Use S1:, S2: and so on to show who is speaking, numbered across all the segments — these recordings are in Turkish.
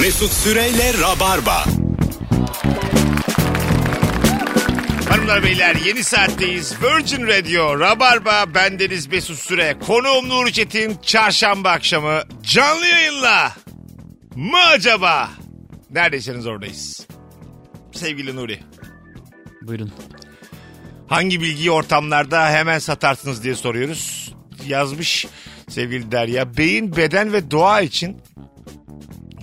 S1: Mesut Süreyle Rabarba.
S2: Hanımlar beyler yeni saatteyiz. Virgin Radio, Rabarba, bendeniz Mesut Süre. Konuğum Nuri Çetin çarşamba akşamı canlı yayınla mı acaba? Neredeyseniz oradayız. Sevgili Nuri.
S3: Buyurun.
S2: Hangi bilgiyi ortamlarda hemen satarsınız diye soruyoruz. Yazmış sevgili Derya. Beyin, beden ve doğa için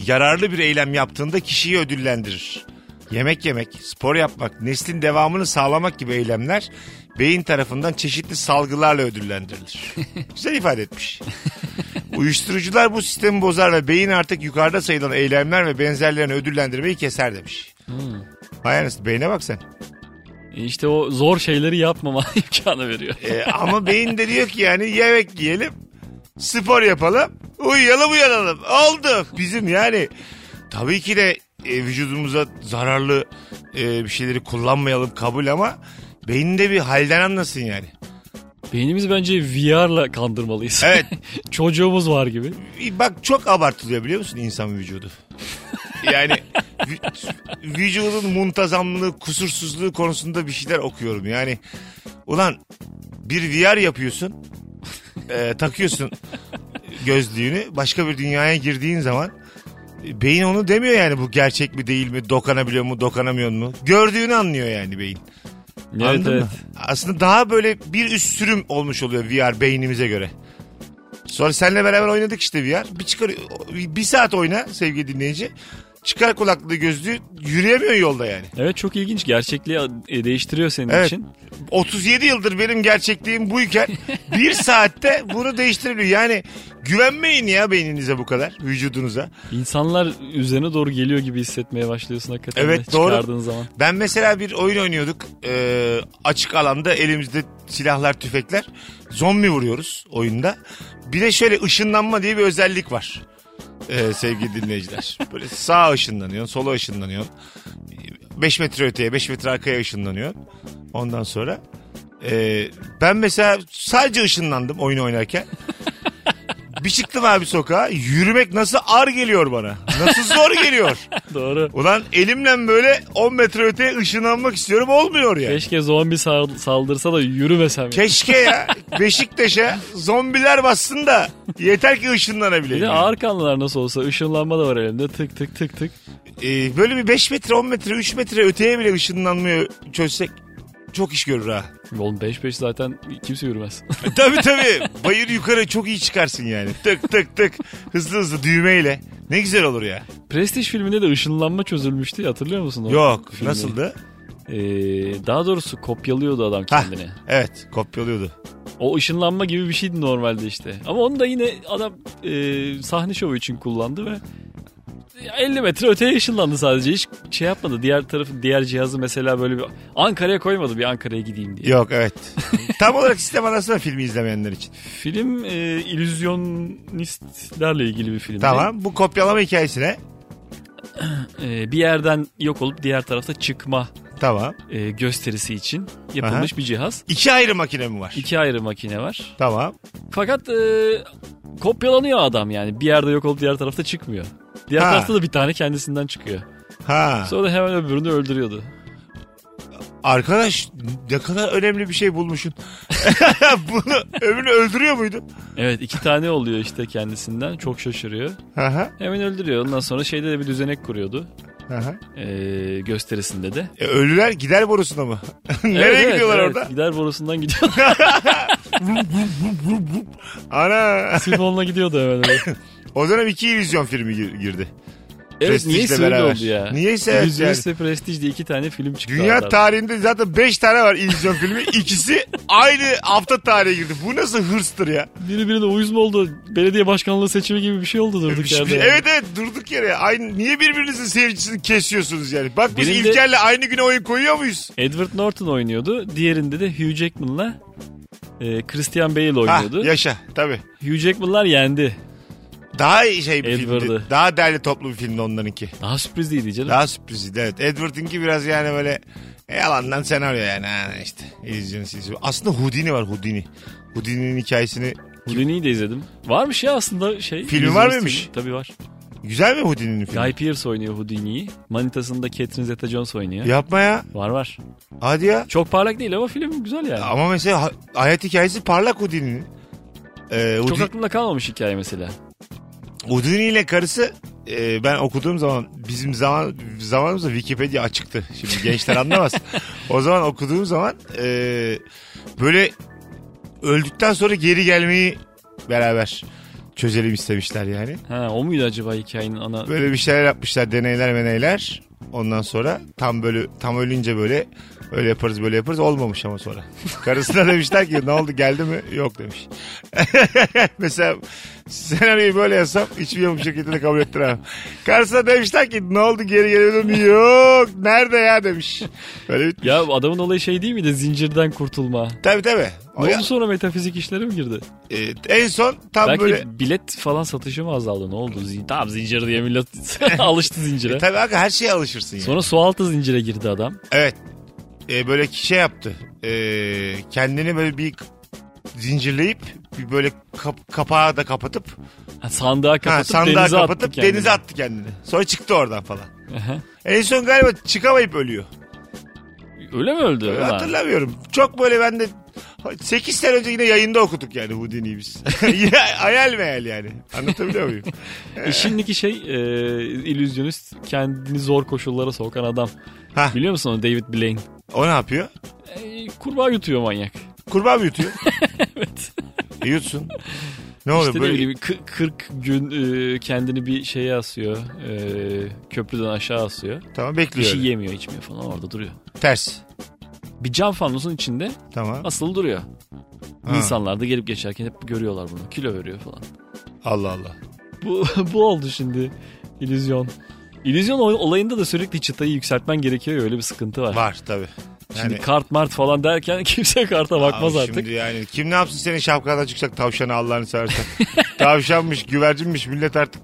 S2: yararlı bir eylem yaptığında kişiyi ödüllendirir. Yemek yemek, spor yapmak, neslin devamını sağlamak gibi eylemler beyin tarafından çeşitli salgılarla ödüllendirilir. Güzel ifade etmiş. Uyuşturucular bu sistemi bozar ve beyin artık yukarıda sayılan eylemler ve benzerlerini ödüllendirmeyi keser demiş. Vay anasını, beyne bak sen.
S3: E İşte o zor şeyleri yapmama imkanı veriyor.
S2: E, ama beyin de diyor ki yani yemek yiyelim, spor yapalım, uyuyalım uyanalım. Oldu. Bizim yani tabii ki de e, vücudumuza zararlı e, bir şeyleri kullanmayalım kabul ama beyninde bir halden anlasın yani.
S3: Beynimiz bence VR'la kandırmalıyız.
S2: Evet.
S3: Çocuğumuz var gibi.
S2: Bak çok abartılıyor biliyor musun insan vücudu? Yani vü- vücudun muntazamlığı, kusursuzluğu konusunda bir şeyler okuyorum. Yani ulan bir VR yapıyorsun, e, takıyorsun gözlüğünü, başka bir dünyaya girdiğin zaman e, beyin onu demiyor yani bu gerçek mi değil mi, dokanabiliyor mu, dokanamıyor mu? Gördüğünü anlıyor yani beyin.
S3: Evet
S2: Anladın
S3: evet.
S2: mı? Aslında daha böyle bir üst sürüm olmuş oluyor VR beynimize göre. Sonra seninle beraber oynadık işte VR. Bir çıkar bir saat oyna sevgili dinleyici. Çıkar kulaklığı gözlüğü yürüyemiyor yolda yani.
S3: Evet çok ilginç. Gerçekliği e, değiştiriyor senin
S2: Evet.
S3: için.
S2: 37 yıldır benim gerçekliğim buyken bir saatte bunu değiştirebiliyor. Yani güvenmeyin ya beyninize bu kadar, vücudunuza.
S3: İnsanlar üzerine doğru geliyor gibi hissetmeye başlıyorsun hakikaten.
S2: Evet,
S3: de
S2: doğru.
S3: Çıkardığın zaman.
S2: Ben mesela bir oyun oynuyorduk. Ee, açık alanda elimizde silahlar, tüfekler. Zombi vuruyoruz oyunda. Bir de şöyle ışınlanma diye bir özellik var. Ee, sevgili dinleyiciler. Böyle sağa ışınlanıyorsun, sola ışınlanıyorsun. 5 metre öteye, 5 metre arkaya ışınlanıyorsun. Ondan sonra ee, ben mesela sadece ışınlandım oyun oynarken. Bir çıktım abi sokağa. Yürümek nasıl ar geliyor bana. Nasıl zor geliyor.
S3: Doğru.
S2: Ulan elimle böyle 10 metre öteye ışınlanmak istiyorum olmuyor ya.
S3: Keşke zombi sal- saldırsa da yürümesem. ya.
S2: Keşke ya Beşiktaş'a zombiler bassın da yeter ki
S3: Bir
S2: ışınlanabileyim.
S3: de
S2: yani.
S3: ağır kanlılar nasıl olsa ışınlanma da var elimde tık tık tık tık.
S2: Ee, böyle bir 5 metre 10 metre 3 metre öteye bile ışınlanmayı çözsek çok iş görür ha.
S3: Oğlum 5-5 zaten kimse yürümez.
S2: E, tabii tabii bayır yukarı çok iyi çıkarsın yani. Tık tık tık hızlı hızlı düğmeyle. Ne güzel olur ya.
S3: Prestij filminde de ışınlanma çözülmüştü hatırlıyor musun? o
S2: Yok
S3: filmi?
S2: nasıldı?
S3: Ee, daha doğrusu kopyalıyordu adam
S2: Hah,
S3: kendini.
S2: evet kopyalıyordu.
S3: O ışınlanma gibi bir şeydi normalde işte. Ama onu da yine adam e, sahne şovu için kullandı ve 50 metre öteye ışınlandı sadece. Hiç şey yapmadı. Diğer tarafı diğer cihazı mesela böyle bir Ankara'ya koymadı bir Ankara'ya gideyim diye.
S2: Yok evet. Tam olarak sistem anasına filmi izlemeyenler için.
S3: Film e, illüzyonistlerle ilgili bir film.
S2: Tamam bu kopyalama hikayesine.
S3: E, bir yerden yok olup diğer tarafta çıkma
S2: Tamam.
S3: e, gösterisi için yapılmış bir cihaz.
S2: İki ayrı makine mi var?
S3: İki ayrı makine var.
S2: Tamam.
S3: Fakat e, kopyalanıyor adam yani. Bir yerde yok olup diğer tarafta çıkmıyor. Diğer
S2: Ha.
S3: tarafta da bir tane kendisinden çıkıyor.
S2: Ha.
S3: Sonra hemen öbürünü öldürüyordu.
S2: Arkadaş ne kadar önemli bir şey bulmuşsun. Bunu öbürünü öldürüyor muydun?
S3: Evet iki tane oluyor işte kendisinden. Çok şaşırıyor.
S2: Aha,
S3: Hemen öldürüyor. Ondan sonra şeyde de bir düzenek kuruyordu.
S2: aha.
S3: Ee, gösterisinde de.
S2: E, ölüler gider borusuna mı? Nereye
S3: Evet, evet,
S2: gidiyorlar
S3: evet.
S2: orada?
S3: Gider borusundan gidiyor.
S2: Ana.
S3: Sifonla gidiyordu hemen öyle.
S2: O dönem iki illüzyon filmi gir- girdi.
S3: Evet
S2: Prestijle
S3: niyeyse öyle
S2: beraber.
S3: oldu ya.
S2: Niyeyse evet
S3: Yüzüğüz ve Prestij'de iki tane film çıktı.
S2: Dünya
S3: arada.
S2: tarihinde zaten beş tane var illüzyon filmi. İkisi aynı hafta tarihe girdi. Bu nasıl hırstır ya?
S3: Biri birine uyuz mu oldu? Belediye başkanlığı seçimi gibi bir şey oldu durduk yerde. yani.
S2: Evet evet durduk yere. Aynı, niye birbirinizin seyircisini kesiyorsunuz yani? Bak biz
S3: Birinde-
S2: İlker'le aynı güne oyun koyuyor muyuz?
S3: Edward Norton oynuyordu. Diğerinde de Hugh Jackman'la e, Christian Bale
S2: Ha,
S3: oynuyordu.
S2: yaşa tabii.
S3: Hugh Jackman'lar yendi.
S2: Daha şey bir filmdi.
S3: Edward'ı.
S2: Daha derli toplu bir filmdi onlarınki.
S3: Daha sürprizliydi canım.
S2: Daha sürprizdi evet. Edward'ınki biraz yani böyle e, yalandan senaryo yani. Ha, işte. İzleyicinin silsili. Aslında Houdini var Houdini. Houdini'nin hikayesini
S3: Houdini'yi de izledim. Varmış ya aslında şey.
S2: Filmi
S3: yüzümüz
S2: var mıymış?
S3: filmi. Tabii var.
S2: Güzel mi Houdini'nin filmi?
S3: Guy Pearce oynuyor Houdini'yi. Manitasında Catherine Zeta-Jones oynuyor.
S2: Yapma ya.
S3: Var var.
S2: Hadi ya.
S3: Çok parlak değil ama film güzel yani.
S2: Ama mesela ha- hayat hikayesi parlak Houdini'nin. Ee,
S3: Çok
S2: Houdini,
S3: aklımda kalmamış hikaye mesela.
S2: Houdini ile karısı e, ben okuduğum zaman bizim zaman zamanımızda Wikipedia açıktı. Şimdi gençler anlamaz. o zaman okuduğum zaman e, böyle öldükten sonra geri gelmeyi beraber çözelim istemişler yani.
S3: Ha, o muydu acaba hikayenin ana?
S2: Böyle bir şeyler yapmışlar deneyler meneyler. Ondan sonra tam böyle tam ölünce böyle öyle yaparız böyle yaparız olmamış ama sonra. Karısına demişler ki ne oldu geldi mi? Yok demiş. Mesela senaryoyu böyle yazsam hiçbir yapım şirketini kabul ettiremem. Karısına demişler ki ne oldu geri geliyor mu? Yok nerede ya demiş. Böyle bir...
S3: Ya adamın olayı şey değil miydi? Zincirden kurtulma.
S2: Tabii tabii. O
S3: Ne
S2: ya-
S3: oldu sonra metafizik işlere mi girdi?
S2: e, en son tam
S3: Belki
S2: böyle...
S3: bilet falan satışı mı azaldı? Ne oldu? Zin- Tamam zincir diye millet alıştı zincire.
S2: E, Tabii abi her şeye alışırsın yani.
S3: Sonra sualtı zincire girdi adam.
S2: Evet. Ee, böyle şey yaptı. Ee, kendini böyle bir zincirleyip bir böyle kap- kapağı da kapatıp,
S3: Ha, sandığa
S2: ha,
S3: kapatıp
S2: sandığa
S3: denize
S2: kapatıp
S3: attı kendini.
S2: denize attı kendini. Sonra çıktı oradan falan.
S3: Aha.
S2: En son galiba çıkamayıp ölüyor.
S3: Öyle mi
S2: E,
S3: öldü? Ulan.
S2: Hatırlamıyorum. Çok böyle ben de 8 sene önce yine yayında okuduk yani Houdini'yi biz. Ya, Hayal meyal yani. Anlatabiliyor muyum?
S3: E, şimdiki şey e, illüzyonist kendini zor koşullara sokan adam.
S2: Hah.
S3: Biliyor musun onu David Blaine?
S2: o ne yapıyor?
S3: E, kurbağa yutuyor manyak.
S2: Kurbağa mı yutuyor? evet. yutsun. Ne oluyor
S3: işte ne
S2: böyle?
S3: bileyim kı- 40 gün e, kendini bir şeye asıyor. e, köprüden aşağı asıyor.
S2: Tamam
S3: Bir
S2: bekliyor.
S3: şey
S2: öyle.
S3: yemiyor içmiyor falan orada duruyor.
S2: Ters.
S3: Bir cam fanusun içinde
S2: Tamam.
S3: asılı duruyor.
S2: Ha.
S3: İnsanlar da gelip geçerken hep görüyorlar bunu. Kilo veriyor falan.
S2: Allah Allah.
S3: Bu, bu oldu şimdi. İllüzyon. İllüzyon ol- olayında da sürekli çıtayı yükseltmen gerekiyor ya, öyle bir sıkıntı var.
S2: Var tabii.
S3: Şimdi
S2: Yani-
S3: kart mart falan derken kimse karta bakmaz
S2: Abi
S3: artık.
S2: Şimdi yani kim ne yapsın senin şapkadan çıkacak tavşanı Allah'ını seversen. Tavşanmış, güvercinmiş millet artık.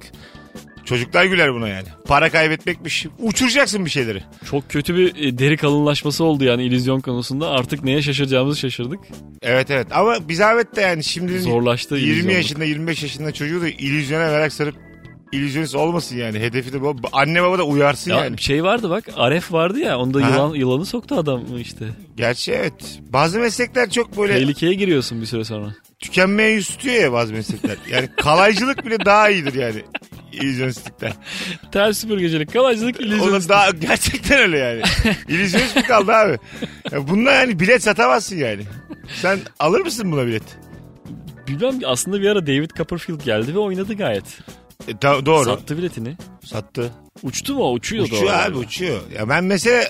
S2: Çocuklar güler buna yani. Para kaybetmekmiş. Uçuracaksın bir şeyleri.
S3: Çok kötü bir e, deri kalınlaşması oldu yani illüzyon konusunda. Artık neye şaşıracağımızı şaşırdık.
S2: Evet evet ama bir zahmet de yani şimdi
S3: Zorlaştı
S2: 20
S3: illüzyonluk.
S2: yaşında 25 yaşında çocuğu da illüzyona merak sarıp illüzyonist olmasın yani. Hedefi de bu. Anne baba da uyarsın
S3: Ya
S2: yani.
S3: şey vardı bak Aref vardı ya onda
S2: Aha.
S3: yılan yılanı soktu adam işte.
S2: Gerçi evet. Bazı meslekler çok böyle
S3: Tehlikeye giriyorsun bir süre sonra.
S2: tükenmeye yüz tutuyor ya bazı meslekler. Yani kalaycılık bile daha iyidir yani. İllüzyonistlikten.
S3: Ters süpürgecilik, kalaycılık, illüzyon.
S2: Oğlum daha gerçekten öyle yani. İllüzyonist mi kaldı abi? Ya bununla yani bilet satamazsın yani. Sen alır mısın buna bilet?
S3: Bilmem aslında bir ara David Copperfield geldi ve oynadı gayet.
S2: E, da- doğru.
S3: Sattı biletini.
S2: Sattı.
S3: Uçtu mu? o? Uçuyordu
S2: Uçuyor
S3: o.
S2: abi uçuyor. Ya ben mesela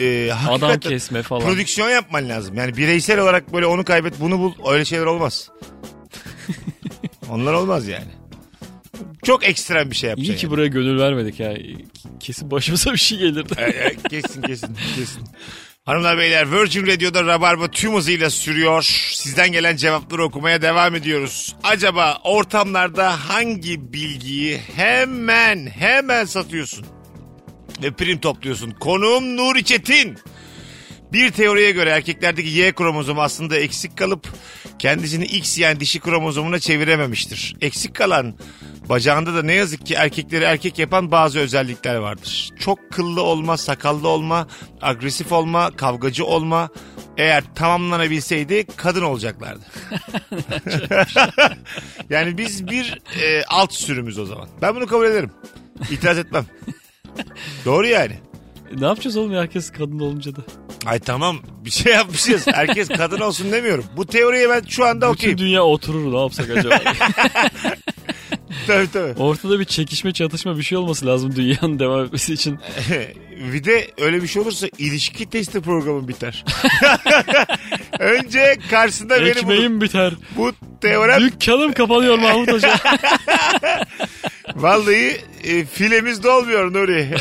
S2: e, hakikaten
S3: Adam kesme falan.
S2: prodüksiyon yapman lazım. Yani bireysel olarak böyle onu kaybet bunu bul öyle şeyler olmaz. Onlar olmaz yani. Çok ekstrem bir şey yapacaksın.
S3: İyi ki buraya gönül vermedik ya. Kesin başımıza bir şey gelirdi.
S2: E, e, kesin kesin kesin. Hanımlar beyler Virgin Radio'da Rabarba tüm hızıyla sürüyor. Sizden gelen cevapları okumaya devam ediyoruz. Acaba ortamlarda hangi bilgiyi hemen hemen satıyorsun? Ve prim topluyorsun. Konuğum Nuri Çetin. Bir teoriye göre erkeklerdeki Y kromozomu aslında eksik kalıp kendisini X yani dişi kromozomuna çevirememiştir. Eksik kalan bacağında da ne yazık ki erkekleri erkek yapan bazı özellikler vardır. Çok kıllı olma, sakallı olma, agresif olma, kavgacı olma. Eğer tamamlanabilseydi kadın olacaklardı. yani biz bir e, alt sürümüz o zaman. Ben bunu kabul ederim. İtiraz etmem. Doğru yani.
S3: ne yapacağız oğlum ya? herkes kadın olunca da?
S2: Ay tamam bir şey yapmışız. Herkes kadın olsun demiyorum. Bu teoriye ben şu anda okuyayım.
S3: Bütün dünya oturur ne yapsak acaba?
S2: tabii tabii.
S3: Ortada bir çekişme çatışma bir şey olması lazım dünyanın devam etmesi için.
S2: bir de öyle bir şey olursa ilişki testi programı biter. Önce karşısında beni bulup
S3: Ekmeğim biter.
S2: bu teorem
S3: Dükkanım kapanıyor Mahmut Hoca.
S2: vallahi e, filemiz dolmuyor Nuri.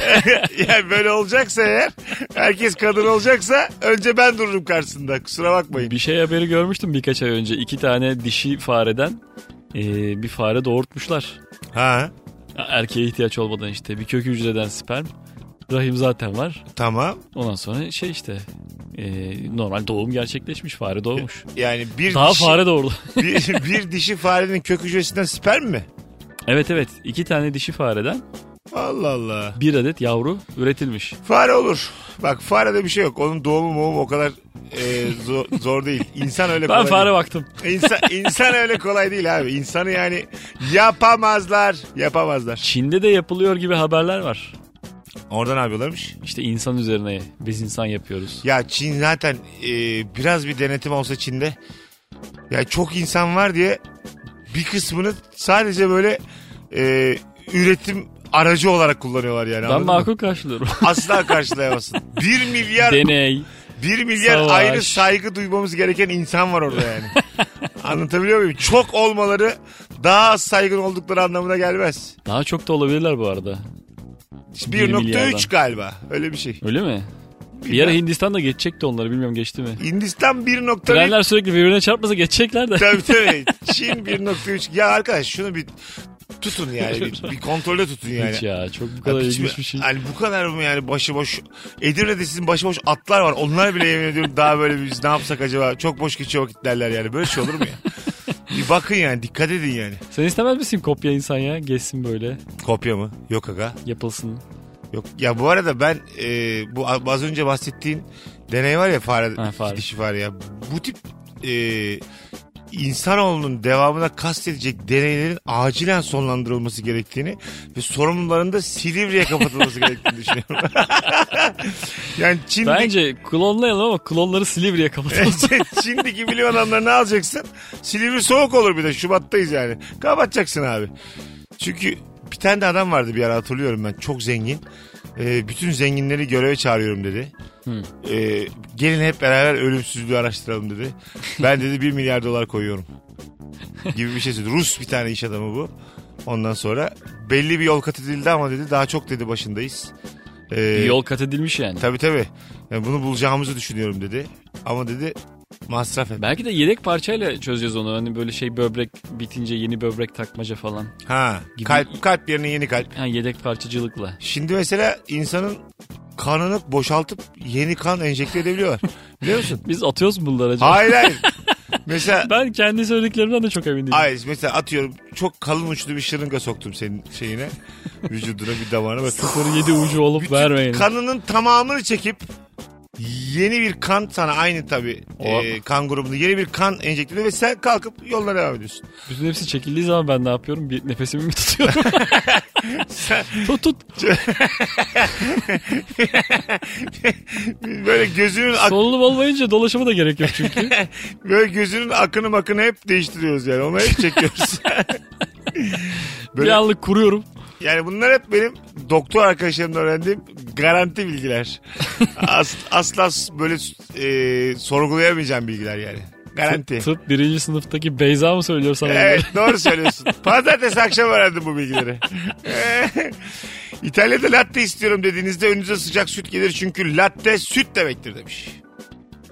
S2: yani böyle olacaksa eğer herkes kadın olacaksa önce ben dururum karşısında kusura bakmayın.
S3: bir şey haberi görmüştüm birkaç ay önce. İki tane dişi fareden eee, bir fare doğurtmuşlar.
S2: Ha
S3: Erkeğe ihtiyaç olmadan işte bir kök hücreden sperm. Rahim zaten var.
S2: tamam
S3: Ondan sonra şey işte eee, normal doğum gerçekleşmiş fare doğmuş.
S2: yani bir şey-
S3: Daha
S2: dişi,
S3: fare doğurdu.
S2: bir, bir dişi farenin kök hücresinden sperm mi?
S3: Evet evet iki tane dişi fareden
S2: Allah Allah.
S3: bir adet yavru üretilmiş.
S2: Fare olur. Bak farede bir şey yok. Onun doğumu moğumu o kadar e, zo- zor, değil. İnsan öyle kolay
S3: Ben fare
S2: değil.
S3: baktım.
S2: İnsan, insan öyle kolay değil abi. İnsanı yani yapamazlar. Yapamazlar.
S3: Çin'de de yapılıyor gibi haberler var.
S2: Oradan yapıyorlarmış.
S3: İşte insan üzerine biz insan yapıyoruz.
S2: Ya Çin zaten e, biraz bir denetim olsa Çin'de. Ya çok insan var diye bir kısmını sadece böyle e, üretim aracı olarak kullanıyorlar yani.
S3: Ben
S2: anladın mı?
S3: makul karşılıyorum.
S2: Asla karşılayamazsın. 1 milyar
S3: Deney.
S2: 1 milyar
S3: Savaş.
S2: ayrı saygı duymamız gereken insan var orada yani. Anlatabiliyor muyum? Çok olmaları daha az saygın oldukları anlamına gelmez.
S3: Daha çok da olabilirler bu arada. Bir milyardan.
S2: 1.3 galiba. Öyle bir şey.
S3: Öyle mi? Bir ara Hindistan'da geçecekti onları bilmiyorum geçti mi?
S2: Hindistan 1.3.
S3: Trenler sürekli birbirine çarpmasa geçecekler de.
S2: Tabii tabii. Çin 1.3. Ya arkadaş şunu bir tutun yani. Bir, bir kontrolde tutun yani.
S3: Hiç ya çok bu kadar
S2: Ya
S3: ilginç
S2: hiç mi-
S3: bir şey.
S2: Hani bu kadar mı yani başıboş? Edirne'de sizin başıboş atlar var. Onlar bile yemin ediyorum daha böyle biz ne yapsak acaba? Çok boş geçiyor vakit derler yani. Böyle şey olur mu ya? bir bakın yani dikkat edin yani.
S3: Sen istemez misin kopya insan ya? Geçsin böyle
S2: Kopya mı? Yok aga.
S3: yapılsın.
S2: Yok. Ya bu arada ben e, bu a- az önce bahsettiğin deney var ya fare,
S3: Ha, fare.
S2: dişi fare ya. Bu tip e, insanoğlunun devamına kastedecek deneylerin acilen sonlandırılması gerektiğini ve sorumluların da Silivri'ye kapatılması gerektiğini düşünüyorum. yani Çin'de
S3: Bence klonlayalım ama klonları Silivri'ye kapatalım.
S2: Çin'deki bilim adamlarını alacaksın. Silivri soğuk olur bir de Şubat'tayız yani. Kapatacaksın abi. Çünkü bir tane de adam vardı bir ara hatırlıyorum ben çok zengin. Ee, bütün zenginleri göreve çağırıyorum dedi. Ee, gelin hep beraber ölümsüzlüğü araştıralım dedi. Ben dedi 1 milyar dolar koyuyorum. Gibi bir şey söyledi. Rus bir tane iş adamı bu. Ondan sonra belli bir yol kat edildi ama dedi daha çok dedi başındayız. Ee,
S3: Bir Yol kat edilmiş yani.
S2: Tabii tabii. Yani bunu bulacağımızı düşünüyorum dedi. Ama dedi masraf et.
S3: Belki de yedek parçayla çözeceğiz onu. Hani böyle şey böbrek bitince yeni böbrek takmaca falan.
S2: Ha.
S3: Gibi-
S2: Kalp kalp yerine yeni kalp.
S3: Ha, yedek parçacılıkla.
S2: Şimdi mesela insanın kanını boşaltıp yeni kan enjekte edebiliyorlar. Biliyor musun?
S3: Biz atıyoruz mu bunları acaba?
S2: hayır hayır. Mesela
S3: Ben kendi söylediklerimden de çok emin değilim.
S2: Hayır mesela atıyorum çok kalın uçlu bir şırınga soktum senin şeyine. Vücuduna bir damağına bak.
S3: 07 ucu olup
S2: Bütün
S3: vermeyin.
S2: kanının tamamını çekip yeni bir kan sana aynı tabii
S3: O-
S2: e, kan grubunda yeni bir kan enjekte ediyor ve sen kalkıp yoluna devam ediyorsun.
S3: Bütün hepsi çekildiği zaman ben ne yapıyorum? Bir nefesimi mi tutuyorum?
S2: Sen-
S3: tut tut.
S2: Böyle gözünün ak-
S3: Solunum olmayınca dolaşıma da gerek yok çünkü.
S2: böyle gözünün akını makını hep değiştiriyoruz yani. Onu hep çekiyoruz.
S3: Bir
S2: Böyle-
S3: anlık kuruyorum.
S2: yani bunlar hep benim doktor arkadaşlarımdan öğrendiğim garanti bilgiler. As- asla s- böyle e, sorgulayamayacağım bilgiler yani. Garanti.
S3: Tıp birinci sınıftaki Beyza mı söylüyor sana? bunları?
S2: Evet doğru söylüyorsun. Pazartesi akşam öğrendim bu bilgileri. İtalya'da latte istiyorum dediğinizde önünüze sıcak süt gelir çünkü latte süt demektir demiş.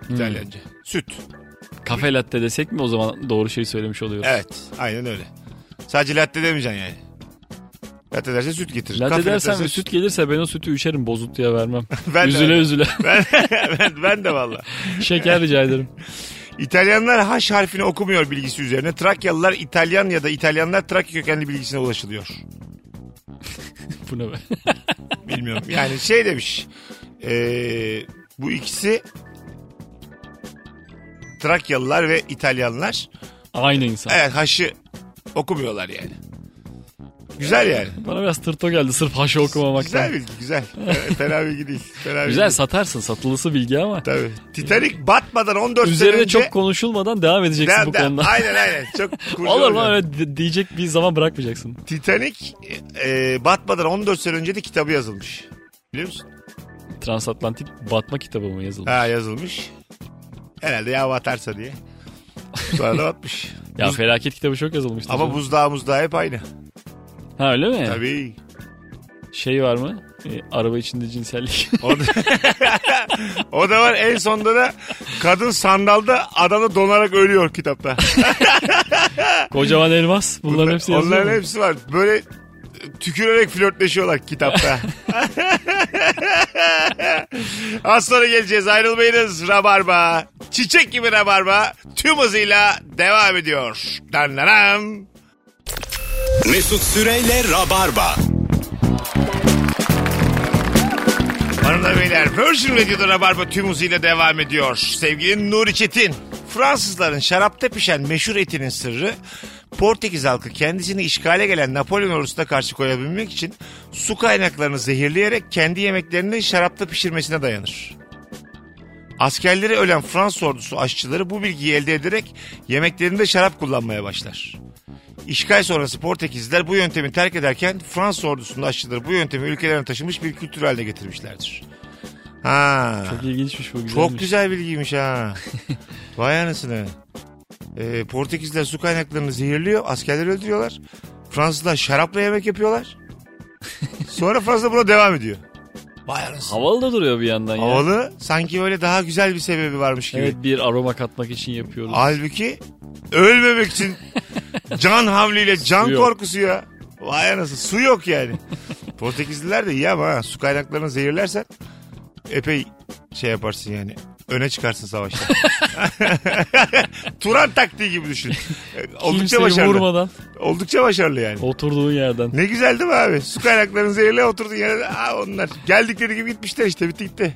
S2: İtalyanca. Süt.
S3: Kafe latte desek mi o zaman doğru şeyi söylemiş oluyoruz.
S2: Evet aynen öyle. Sadece latte demeyeceksin yani. Latte derse süt getirir.
S3: Latte
S2: Kafe
S3: dersen
S2: derse
S3: ve süt gelirse ben o sütü üşerim bozuntuya vermem.
S2: Ben de
S3: üzüle
S2: öyle.
S3: üzüle.
S2: Ben, ben, ben de valla.
S3: Şeker rica ederim.
S2: İtalyanlar H harfini okumuyor bilgisi üzerine. Trakyalılar İtalyan ya da İtalyanlar Trakya kökenli bilgisine ulaşılıyor.
S3: Bu ne be?
S2: Bilmiyorum. Yani şey demiş. Ee, bu ikisi Trakyalılar ve İtalyanlar.
S3: Aynı insan.
S2: Evet H'ı okumuyorlar yani. Güzel yani.
S3: Bana biraz tırto geldi sırf haşı okumamaktan.
S2: Güzel bilgi güzel. Fena bilgi değil. Fena bilgi
S3: Güzel
S2: değil.
S3: satarsın satılısı bilgi ama.
S2: Tabii. Titanic batmadan 14 sene
S3: Üzerine
S2: önce...
S3: çok konuşulmadan devam edeceksin
S2: Ben
S3: bu
S2: de-
S3: konuda.
S2: Aynen aynen. Çok
S3: Olur
S2: kurcalayacağım.
S3: mu öyle di- diyecek bir zaman bırakmayacaksın.
S2: Titanic e, batmadan 14 sene önce de kitabı yazılmış. Biliyor musun?
S3: Transatlantik batma kitabı mı yazıldı?
S2: Ha yazılmış. Herhalde ya batarsa diye. Sonra da batmış.
S3: Ya felaket kitabı çok yazılmıştı.
S2: Ama
S3: canım.
S2: buzdağı muzdağı hep aynı.
S3: Ha öyle mi?
S2: Tabii.
S3: Şey var mı? E, araba içinde cinsellik.
S2: O da, o da var en sonda da kadın sandalda adamı donarak ölüyor kitapta.
S3: Kocaman elmas. Bunların hepsi yazılıyor
S2: Onların
S3: mu?
S2: hepsi var. Böyle e, tükürerek flörtleşiyorlar kitapta. Az sonra geleceğiz ayrılmayınız. Rabarba. Çiçek gibi rabarba. Tüm hızıyla devam ediyor. Dan dan dan.
S1: Mesut Süreyle Rabarba.
S2: Hanımlar beyler Virgin Radio'da Rabarba tüm hızıyla devam ediyor. Sevgili Nuri Çetin. Fransızların şarapta pişen meşhur etinin sırrı Portekiz halkı kendisini işgale gelen Napolyon ordusuna karşı koyabilmek için su kaynaklarını zehirleyerek kendi yemeklerini şarapta pişirmesine dayanır. Askerleri ölen Fransız ordusu aşçıları bu bilgiyi elde ederek yemeklerinde şarap kullanmaya başlar. İşgal sonrası Portekizliler bu yöntemi terk ederken Fransız ordusunun aşçıları bu yöntemi ülkelerine taşımış bir kültür haline getirmişlerdir. Ha. Çok,
S3: Çok ilginçmiş bu güzelmiş.
S2: güzel bilgiymiş ha. Vay anasını. Ee, Portekizliler su kaynaklarını zehirliyor, askerleri öldürüyorlar. Fransızlar şarapla yemek yapıyorlar. Sonra Fransızlar buna devam ediyor. Vay anasını.
S3: Havalı da duruyor bir yandan ya.
S2: Havalı sanki böyle daha güzel bir sebebi varmış gibi.
S3: Evet bir aroma katmak için yapıyoruz.
S2: Halbuki ölmemek için can havliyle can
S3: Su yok.
S2: korkusu ya. Vay anasını su yok yani. Portekizliler de iyi ama ha, su kaynaklarını zehirlersen epey şey yaparsın yani. Öne çıkarsın savaşta. Turan taktiği gibi düşün. Oldukça
S3: Kimseyi
S2: başarılı.
S3: vurmadan
S2: Oldukça başarılı yani.
S3: oturduğun yerden.
S2: Ne güzel değil mi abi? Su kaynaklarını zehirle oturdun yere. Aa onlar geldikleri gibi gitmişler işte bitti gitti.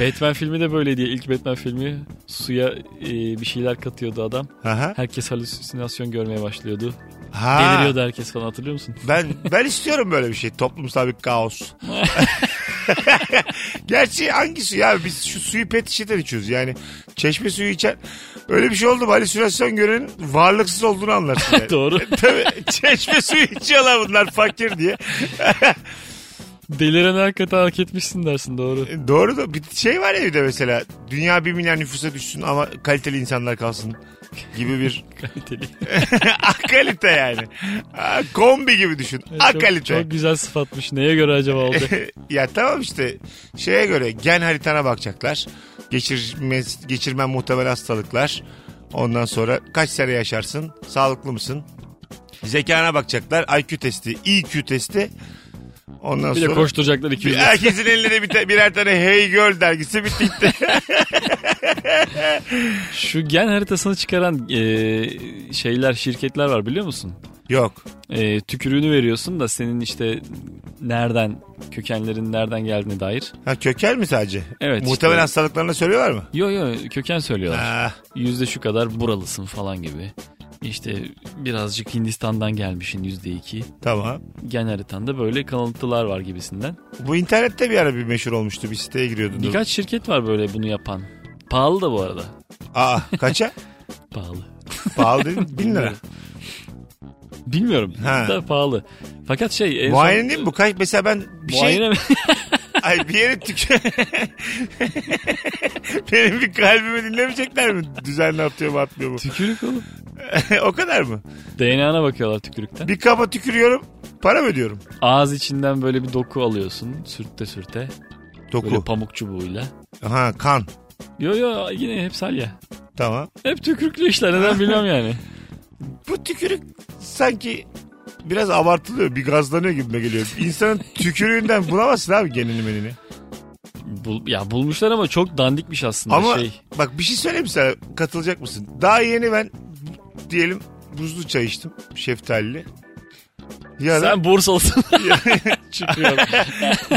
S3: Batman filmi de böyle diye ilk Batman filmi suya e, bir şeyler katıyordu adam.
S2: Aha.
S3: Herkes halüsinasyon görmeye başlıyordu.
S2: Ha.
S3: Deliriyordu herkes falan hatırlıyor musun?
S2: Ben ben istiyorum böyle bir şey. Toplumsal bir kaos. Gerçi hangi su ya? Biz şu suyu pet şişeden içiyoruz. Yani çeşme suyu içen öyle bir şey oldu mu halüsinasyon görenin varlıksız olduğunu anlarsın. Yani.
S3: Doğru.
S2: Tabii çeşme suyu içiyorlar bunlar fakir diye.
S3: Deliren hakikaten hak etmişsin dersin doğru.
S2: Doğru da bir şey var ya bir de mesela dünya bir milyar nüfusa düşsün ama kaliteli insanlar kalsın gibi bir
S3: Kaliteli.
S2: akalite yani. Aa, Kombi gibi düşün.
S3: çok,
S2: Akalite.
S3: çok güzel sıfatmış. Neye göre acaba oldu?
S2: ya tamam işte şeye göre gen haritana bakacaklar. Geçirme, geçirmen muhtemel hastalıklar. Ondan sonra kaç sene yaşarsın? Sağlıklı mısın? Zekana bakacaklar. IQ testi, EQ testi. Ondan
S3: bir de
S2: sonra
S3: koşturacaklar
S2: bir-
S3: 200 metre.
S2: herkesin elinde bir ta- birer tane Hey Girl dergisi bitti gitti.
S3: Şu gen haritasını çıkaran e, şeyler, şirketler var biliyor musun?
S2: Yok.
S3: E, tükürüğünü veriyorsun da senin işte nereden, kökenlerin nereden geldiğine dair.
S2: Ha köken mi sadece?
S3: Evet,
S2: Muhtemel
S3: işte.
S2: hastalıklarını söylüyorlar mı?
S3: Yo yo köken söylüyorlar.
S2: Ah,
S3: Yüzde şu kadar buralısın falan gibi. İşte birazcık Hindistan'dan gelmişin yüzde iki.
S2: tamam.
S3: Gen haritanda böyle kanaltılar var gibisinden.
S2: Bu internette bir ara bir meşhur olmuştu. Bir siteye giriyordun.
S3: Birkaç şirket var böyle bunu yapan. Pahalı da bu arada.
S2: Aa kaça?
S3: Pahalı.
S2: Pahalı dedin. Bin lira.
S3: Bilmiyorum.
S2: Ha.
S3: Da pahalı. Fakat şey en son-
S2: Muayene değil mi bu? Kaç mesela ben bir şey
S3: Muayene mi?
S2: ay bir yere tük Benim bir kalbimi dinlemeyecekler mi? Düzenli atıyor mu atmıyor mu?
S3: Tükürük oğlum.
S2: o kadar mı?
S3: DNA'na bakıyorlar tükürükten.
S2: Bir kaba tükürüyorum. Para mı ödüyorum?
S3: Ağız içinden böyle bir doku alıyorsun. Sürtte sürtte. Böyle
S2: Doku.
S3: pamuk çubuğuyla.
S2: Ha kan.
S3: Yo yo yine hep salya.
S2: Tamam.
S3: Hep tükürüklü işler neden bilmem yani.
S2: Bu tükürük sanki biraz abartılıyor. Bir gazlanıyor gibime geliyor. İnsanın tükürüğünden bulamazsın abi genini menini.
S3: Bul- ya bulmuşlar ama çok dandikmiş aslında
S2: Ama
S3: şey.
S2: bak bir şey söyleyeyim sana. Katılacak mısın? Daha yeni ben bu- diyelim buzlu çay içtim. Şeftalili. Ya da-
S3: Sen Bursalısın. Çıkıyor.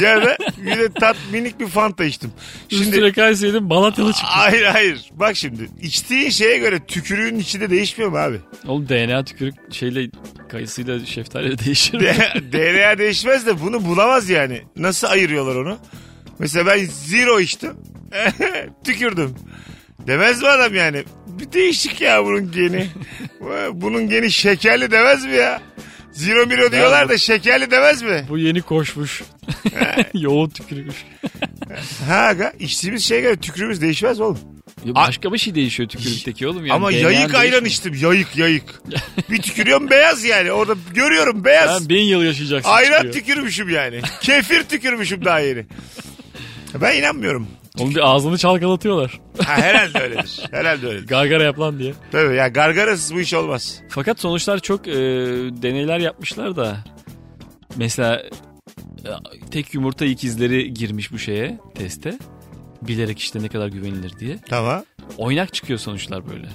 S2: Ya da bir de tat minik bir fanta içtim. Şimdi
S3: Üstüne Kayseri'nin Balatyalı çıktı.
S2: hayır hayır. Bak şimdi içtiğin şeye göre tükürüğün içinde değişmiyor mu abi?
S3: Oğlum DNA tükürük şeyle kayısıyla şeftaliyle değişir mi?
S2: D- DNA değişmez de bunu bulamaz yani. Nasıl ayırıyorlar onu? Mesela ben zero içtim. Tükürdüm. Demez mi adam yani? Bir değişik ya bunun geni. bunun geni şekerli demez mi ya? Zero miro diyorlar da şekerli demez mi?
S3: Bu yeni koşmuş. Yoğun tükürükmüş.
S2: Ha aga, içtiğimiz şeye göre tükürüğümüz değişmez oğlum.
S3: Ya başka bir şey değişiyor tükürükteki oğlum. Yani
S2: Ama
S3: DNA
S2: yayık ayran
S3: değişmiyor.
S2: içtim. Yayık yayık. bir tükürüyorum beyaz yani. Orada görüyorum beyaz.
S3: Ben bin yıl yaşayacaksın.
S2: ayran
S3: çıkıyor.
S2: tükürmüşüm yani. Kefir tükürmüşüm daha yeni. Ben inanmıyorum.
S3: Oğlum bir ağzını çalkalatıyorlar.
S2: Ha, herhalde öyledir. Herhalde öyledir.
S3: Gargara yap lan diye.
S2: Tabii ya gargarasız bu iş olmaz.
S3: Fakat sonuçlar çok e, deneyler yapmışlar da. Mesela e, tek yumurta ikizleri girmiş bu şeye teste. Bilerek işte ne kadar güvenilir diye.
S2: Tamam.
S3: Oynak çıkıyor sonuçlar böyle.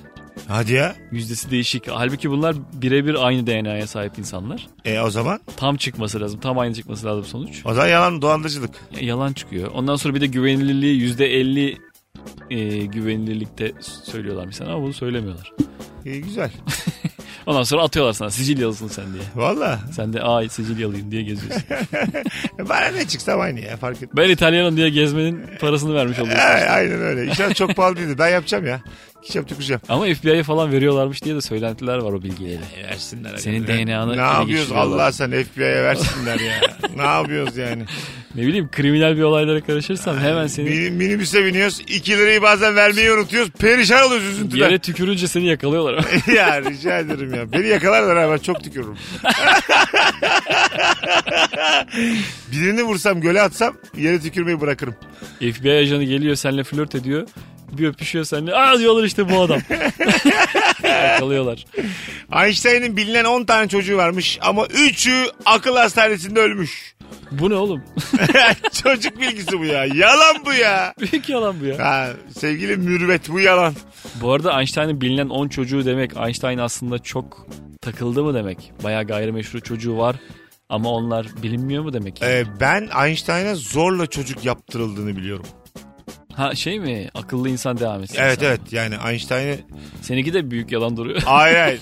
S2: Hadi ya.
S3: Yüzdesi değişik. Halbuki bunlar birebir aynı DNA'ya sahip insanlar.
S2: E o zaman?
S3: Tam çıkması lazım. Tam aynı çıkması lazım sonuç.
S2: O zaman yalan dolandırıcılık.
S3: Ya, yalan çıkıyor. Ondan sonra bir de güvenilirliği %50 e, güvenilirlikte söylüyorlar sana ama bunu söylemiyorlar.
S2: E, güzel.
S3: Ondan sonra atıyorlar sana Sicilyalısın sen diye.
S2: Valla. E,
S3: Sen de ay Sicilyalıyım diye geziyorsun.
S2: Bana ne çıksam aynı ya fark etmez.
S3: ben İtalyanım diye gezmenin parasını vermiş oluyorsun.
S2: Evet, aynen öyle. İnşallah çok pahalı değildi. Ben yapacağım ya. Gideceğim tüküreceğim.
S3: Ama FBI'ye falan veriyorlarmış diye de söylentiler var o bilgiyle.
S2: E, Versinler.
S3: Senin DNA'nı
S2: Ne
S3: ele
S2: yapıyoruz
S3: geçiriyorlar.
S2: Allah sen FBI'ye versinler ya. ne yapıyoruz yani?
S3: Ne bileyim kriminal bir olaylara karışırsan hemen seni
S2: Mini, minibüse biniyoruz. 2 lirayı bazen vermeyi unutuyoruz. Perişan oluyoruz üzüntüden.
S3: yere tükürünce seni yakalıyorlar.
S2: ya rica ederim ya. Beni yakalarlar ha ben çok tükürürüm. Birini vursam göle atsam yere tükürmeyi bırakırım.
S3: FBI ajanı geliyor seninle flört ediyor. Bir öpüşüyor seninle. Aa diyorlar işte bu adam. yakalıyorlar.
S2: Einstein'ın bilinen 10 tane çocuğu varmış ama 3'ü akıl hastanesinde ölmüş.
S3: Bu ne oğlum?
S2: Çocuk bilgisi bu ya. Yalan bu ya.
S3: Büyük yalan bu ya.
S2: Ha, sevgili mürvet bu yalan.
S3: Bu arada Einstein'ın bilinen 10 çocuğu demek Einstein aslında çok takıldı mı demek? Bayağı gayrimeşru çocuğu var ama onlar bilinmiyor mu demek?
S2: Ee, ben Einstein'a zorla çocuk yaptırıldığını biliyorum.
S3: Ha şey mi? Akıllı insan devam etsin.
S2: Evet
S3: sana.
S2: evet yani Einstein'ı
S3: Seninki de büyük yalan duruyor.
S2: hayır hayır.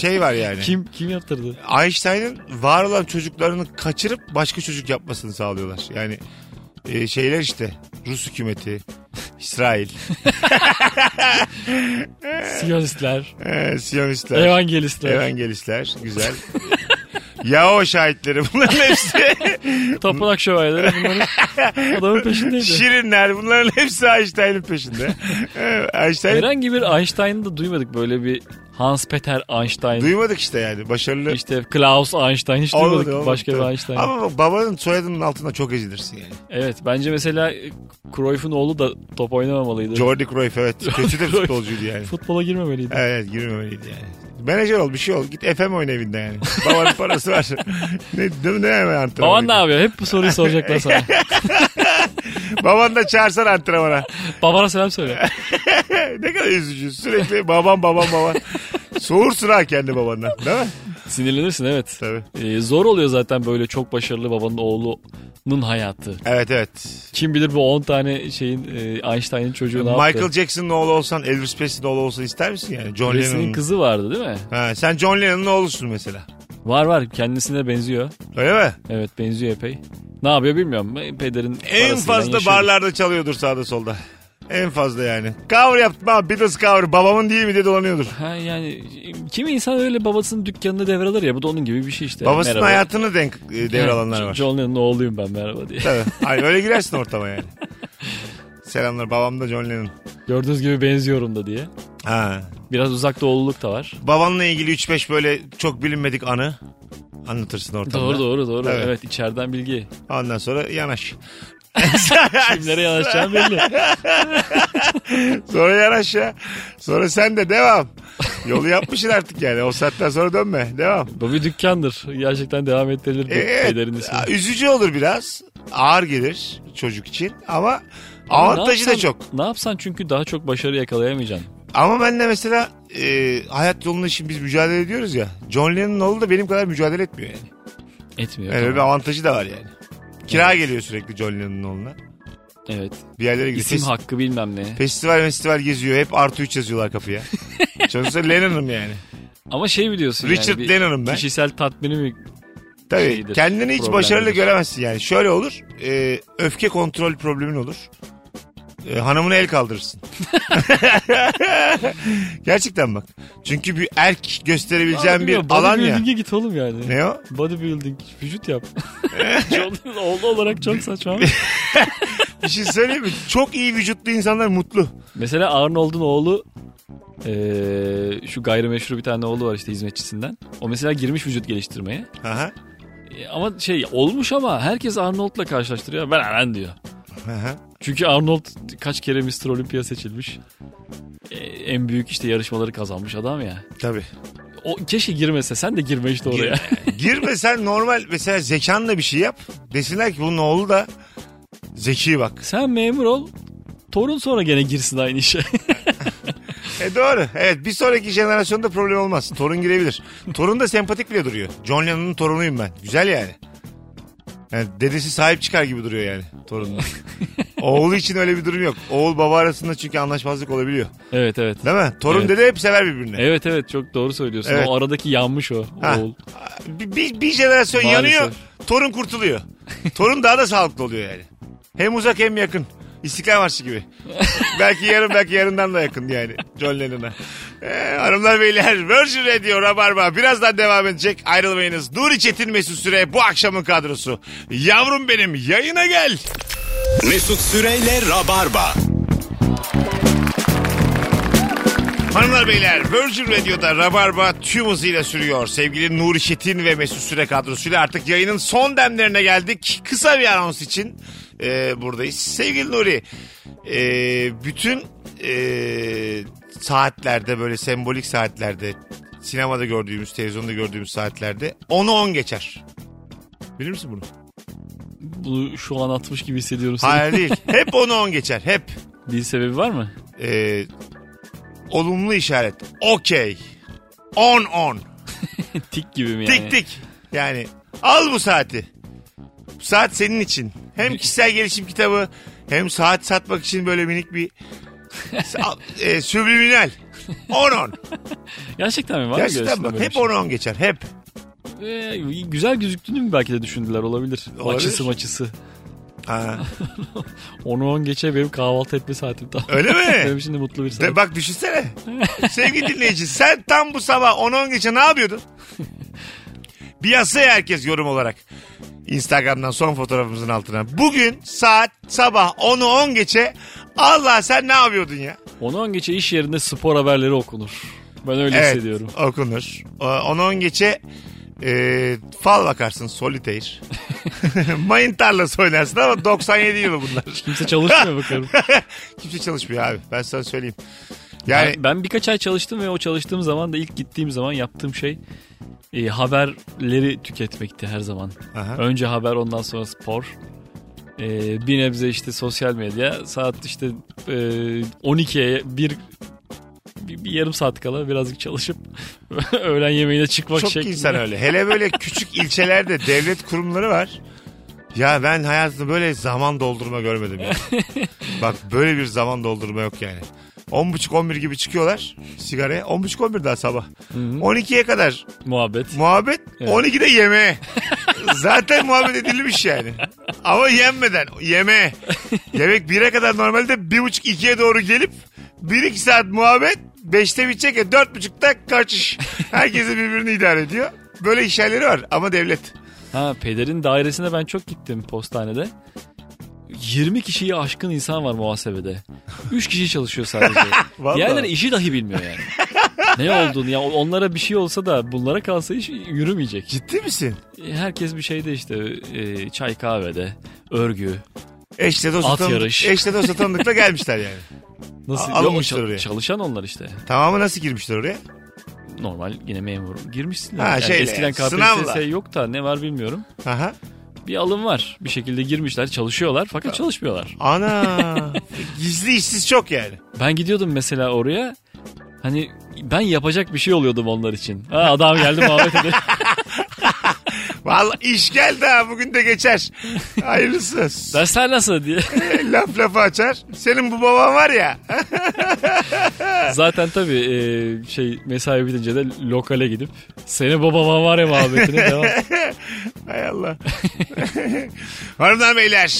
S2: şey var yani.
S3: kim kim yaptırdı?
S2: Einstein'ın var olan çocuklarını kaçırıp başka çocuk yapmasını sağlıyorlar. Yani e, şeyler işte Rus hükümeti, İsrail,
S3: Siyonistler,
S2: e, Siyonistler,
S3: Evangelistler,
S2: Evangelistler güzel. Yahoo şahitleri bunların hepsi.
S3: Tapınak şövalyeleri bunların adamın
S2: Şey-
S3: peşindeydi.
S2: Şirinler bunların hepsi Einstein'ın peşinde. E, Einstein
S3: Herhangi bir Einstein'ı da duymadık böyle bir Hans Peter Einstein.
S2: duymadık işte yani başarılı.
S3: işte Klaus Einstein hiç
S2: Olmadı,
S3: duymadık
S2: olmadı.
S3: başka bir
S2: Tabii.
S3: Einstein.
S2: Ama bak, babanın soyadının altında çok ezilirsin yani.
S3: Evet bence mesela e, Cruyff'un oğlu da top oynamamalıydı.
S2: Jordi Cruyff evet kötü de
S3: Cruyff.
S2: futbolcuydu yani.
S3: Futbola girmemeliydi.
S2: Evet girmemeliydi yani. Menajer ol bir şey ol. Git FM oyna evinde yani. Babanın parası var. ne, ne, ne hemen antrenmana
S3: Baban ne yapıyor? Hep bu soruyu soracaklar sana.
S2: gidiyor? Baban da çağırsan antrenmana.
S3: Babana selam söyle.
S2: ne kadar üzücü. Sürekli babam babam babam. Soğursun ha kendi babandan. Değil mi?
S3: Sinirlenirsin evet.
S2: Tabii.
S3: Ee, zor oluyor zaten böyle çok başarılı babanın oğlunun hayatı.
S2: Evet evet.
S3: Kim bilir bu 10 tane şeyin e, Einstein'ın çocuğu ne
S2: Michael
S3: yaptı?
S2: Jackson'ın oğlu olsan, Elvis Presley'in oğlu olsan ister misin yani? John
S3: Birisinin
S2: Lennon'ın.
S3: kızı vardı değil mi?
S2: Ha, sen John Lennon'ın oğlusun mesela.
S3: Var var kendisine benziyor.
S2: Öyle mi?
S3: Evet benziyor epey. Ne yapıyor bilmiyorum. Ben Pederin
S2: En
S3: parasıyla
S2: fazla
S3: yaşıyor.
S2: barlarda çalıyordur sağda solda. En fazla yani. Cover yaptım ha Beatles cover babamın değil mi diye dolanıyordur.
S3: Ha yani kimi insan öyle babasının dükkanını devralır ya bu da onun gibi bir şey işte.
S2: Babasının
S3: Merhaba.
S2: hayatını denk e, devralanlar
S3: Ha,
S2: var.
S3: John Lennon'un oğluyum ben merhaba diye.
S2: Tabii. Ay öyle girersin ortama yani. Selamlar babam da John Lennon.
S3: Gördüğünüz gibi benziyorum da diye.
S2: Ha.
S3: Biraz uzak doğululuk da var.
S2: Babanla ilgili 3-5 böyle çok bilinmedik anı anlatırsın ortamda.
S3: Doğru doğru doğru.
S2: Evet.
S3: Evet, içeriden bilgi.
S2: Ondan sonra yanaş.
S3: Kimlere yanaşacağım belli.
S2: Sonra yanaş ya. Sonra sen de devam. Yolu yapmışsın artık yani. O saatten sonra dönme. Devam. E,
S3: Bu bir dükkandır. Gerçekten devam ettirilir bu pederin
S2: Evet.
S3: ismi.
S2: Üzücü olur biraz. Ağır gelir çocuk için ama
S3: Ama ne
S2: avantajı da
S3: yapsan-
S2: çok.
S3: Ne yapsan çünkü daha çok başarı yakalayamayacaksın.
S2: Ama ben de mesela e, hayat yolunda şimdi biz mücadele ediyoruz ya. John Lennon'ın oğlu da benim kadar mücadele etmiyor yani.
S3: Etmiyor.
S2: Öyle
S3: E, tamam.
S2: bir avantajı da var yani. Kira geliyor sürekli John Lennon'ın oğluna.
S3: Evet.
S2: Bir yerlere gidiyor.
S3: İsim
S2: Fes-
S3: hakkı bilmem ne.
S2: festival festival geziyor. Hep artı 3 yazıyorlar kafaya. Çocuksa Lennon'ım yani.
S3: Ama şey biliyorsun
S2: Richard
S3: yani. bir
S2: Lennon'um ben.
S3: Kişisel tatmini mi?
S2: Tabii
S3: şeyidir,
S2: kendini hiç başarılı
S3: problemdir.
S2: göremezsin yani. Şöyle olur. e, öfke kontrol problemin olur. E, hanımına el kaldırırsın. Gerçekten bak. Çünkü bir erk gösterebileceğin bir alan ya.
S3: Bodybuilding'e git oğlum yani.
S2: Ne o?
S3: Bodybuilding. Vücut yap. John Lennon oğlu olarak çok saçma. ama.
S2: Bir şey söyleyeyim mi? Çok iyi vücutlu insanlar mutlu.
S3: Mesela Arnold'un oğlu eee, şu gayrimeşru bir tane oğlu var işte hizmetçisinden. O mesela girmiş vücut geliştirmeye.
S2: Aha,
S3: E, ama şey olmuş ama herkes Arnold'la karşılaştırıyor. Ben Aran diyor.
S2: aha.
S3: Çünkü Arnold kaç kere Mr. Olympia seçilmiş. E, en büyük işte yarışmaları kazanmış adam ya.
S2: Tabii.
S3: O keşke girmese sen de girme işte oraya.
S2: Girme sen normal mesela zekanla bir şey yap. Desinler ki bunun oğlu da zeki bak.
S3: sen memur ol. Torun sonra gene girsin aynı işe.
S2: E doğru. Evet bir sonraki jenerasyonda problem olmaz. Torun girebilir. Torun da sempatik bile duruyor. John Lennon'un torunuyum ben. Güzel yani. Yani dedesi sahip çıkar gibi duruyor yani torunun. Oğlu için öyle bir durum yok. Oğul baba arasında çünkü anlaşmazlık olabiliyor.
S3: Evet evet.
S2: Değil mi? Torun
S3: Evet.
S2: dede hep sever birbirini.
S3: Evet evet çok doğru söylüyorsun.
S2: Evet.
S3: O aradaki yanmış o
S2: Ha.
S3: oğul.
S2: Bir, bir, bir jenerasyon
S3: Maalesef.
S2: yanıyor. Torun kurtuluyor. Torun daha da sağlıklı oluyor yani. Hem uzak hem yakın. İstiklal Marşı gibi. belki yarın belki yarından da yakın yani John Lennon'a. Ee, hanımlar beyler Virgin Radio Rabarba birazdan devam edecek. Ayrılmayınız. Nuri Çetin Mesut Süre bu akşamın kadrosu. Yavrum benim yayına gel.
S1: Mesut Süreyle Rabarba.
S2: Hanımlar beyler Virgin Radio'da Rabarba tüm hızıyla sürüyor. Sevgili Nuri Çetin ve Mesut Süre kadrosuyla artık yayının son demlerine geldik. Kısa bir anons için e, buradayız. Sevgili Nuri e, bütün e, saatlerde böyle sembolik saatlerde sinemada gördüğümüz televizyonda gördüğümüz saatlerde 10'u 10 geçer. Bilir misin bunu?
S3: Bunu şu an atmış gibi hissediyorum. seni.
S2: Hayır değil. Hep 10'u 10 geçer. Hep.
S3: Bir sebebi var mı?
S2: E, olumlu işaret. Okey. 10-10.
S3: Tik gibi mi yani?
S2: Tik tik. Yani al bu saati. Bu saat senin için. Hem kişisel gelişim kitabı hem saat satmak için böyle minik bir sa- e, sübliminal. 10-10.
S3: Gerçekten mi? Var mı
S2: Gerçekten
S3: göğsünde
S2: bak
S3: böyle bir
S2: hep
S3: şey?
S2: 10-10 geçer. Hep.
S3: Ee, güzel gözüktüğünü mü belki de düşündüler olabilir.
S2: Olabilir.
S3: Maçısı maçısı.
S2: Ha.
S3: Onu 10 geçe benim kahvaltı etme saatim tamam.
S2: Öyle mi?
S3: benim şimdi mutlu bir saat.
S2: De, bak düşünsene. Sevgili dinleyici sen tam bu sabah 10-10 geçe ne yapıyordun? Bir yazsaya herkes yorum olarak. Instagram'dan son fotoğrafımızın altına. Bugün saat sabah 10'u 10 geçe Allah sen ne yapıyordun ya?
S3: Onu 10 geçe iş yerinde spor haberleri okunur. Ben öyle hissediyorum.
S2: okunur. 10-10 geçe e, fal bakarsın solitaire. Mayın tarlası oynarsın ama 97 yılı bunlar.
S3: Kimse çalışmıyor bakalım.
S2: Kimse çalışmıyor abi ben sana söyleyeyim. Yani
S3: Ben, ben birkaç ay çalıştım ve o çalıştığım zaman da ilk gittiğim zaman yaptığım şey e, haberleri tüketmekti her zaman.
S2: Aha.
S3: Önce haber ondan sonra spor. E, bir nebze işte sosyal medya. Saat işte e, 12'ye bir, bir, bir yarım saat kala birazcık çalışıp öğlen yemeğine çıkmak
S2: çok
S3: şeklinde.
S2: insan öyle. Hele böyle küçük ilçelerde devlet kurumları var. Ya ben hayatımda böyle zaman doldurma görmedim ya. Bak böyle bir zaman doldurma yok yani. 10.30-11 gibi çıkıyorlar sigaraya. 10.30-11 daha sabah. 12'ye kadar
S3: Muhabbet.
S2: Muhabbet
S3: Evet.
S2: 12'de yemeğe. Zaten muhabbet edilmiş yani. Ama yenmeden yeme. Yemek 1'e kadar normalde 1.5-2'ye doğru gelip 1-2 saat muhabbet 5'te bitecek ya 4.30'da kaçış. Herkesi birbirini idare ediyor. Böyle işyerleri var ama devlet.
S3: Ha pederin dairesine ben çok gittim postanede. 20 kişiyi aşkın insan var muhasebede. 3 kişi çalışıyor sadece.
S2: Vallahi.
S3: Diğerleri işi dahi bilmiyor yani. ne olduğunu ya onlara bir şey olsa da bunlara kalsa iş yürümeyecek. E,
S2: Ciddi misin?
S3: Herkes bir şeyde işte e, çay kahvede, örgü.
S2: Eşle dost
S3: At
S2: tanıdık-
S3: yarış.
S2: Eşle dost tanıdıkla gelmişler yani.
S3: Nasıl
S2: A- alınmışlar
S3: Yok,
S2: oraya.
S3: Çalışan onlar işte.
S2: Tamamı nasıl girmişler oraya?
S3: Normal yine memur girmişsin.
S2: Ha,
S3: yani
S2: şeyle,
S3: eskiden
S2: sınavla.
S3: KPSS yok da ne var bilmiyorum.
S2: Aha.
S3: Bir alım var. Bir şekilde girmişler, çalışıyorlar fakat çalışmıyorlar.
S2: Ana. Gizli işsiz çok yani.
S3: Ben gidiyordum mesela oraya. Hani ben yapacak bir şey oluyordum onlar için. Ha, adam geldi muhabbet edelim.
S2: Vallahi iş geldi ha bugün de geçer. Hayırlısı. Şey,
S3: Dersler nasıl diye.
S2: Laf lafı açar. Senin bu baban var ya.
S3: Zaten tabii e, şey mesai bitince de lokale gidip seni babama var ya muhabbetine devam.
S2: Hay Allah. Hanımlar beyler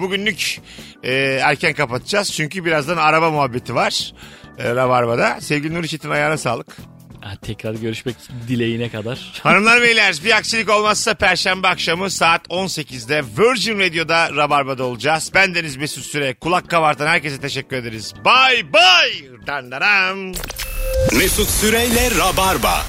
S2: bugünlük e, erken kapatacağız. Çünkü birazdan araba muhabbeti var. E, Rabarba'da. Sevgili Nuri Çetin ayağına sağlık.
S3: Ha, tekrar görüşmek dileğine kadar.
S2: Hanımlar beyler bir aksilik olmazsa Perşembe akşamı saat 18'de Virgin Radio'da Rabarba'da olacağız. Ben Deniz Mesut Süre. Kulak kabartan herkese teşekkür ederiz. Bay bay. Dan dan dan.
S1: Mesut Süreyle Rabarba.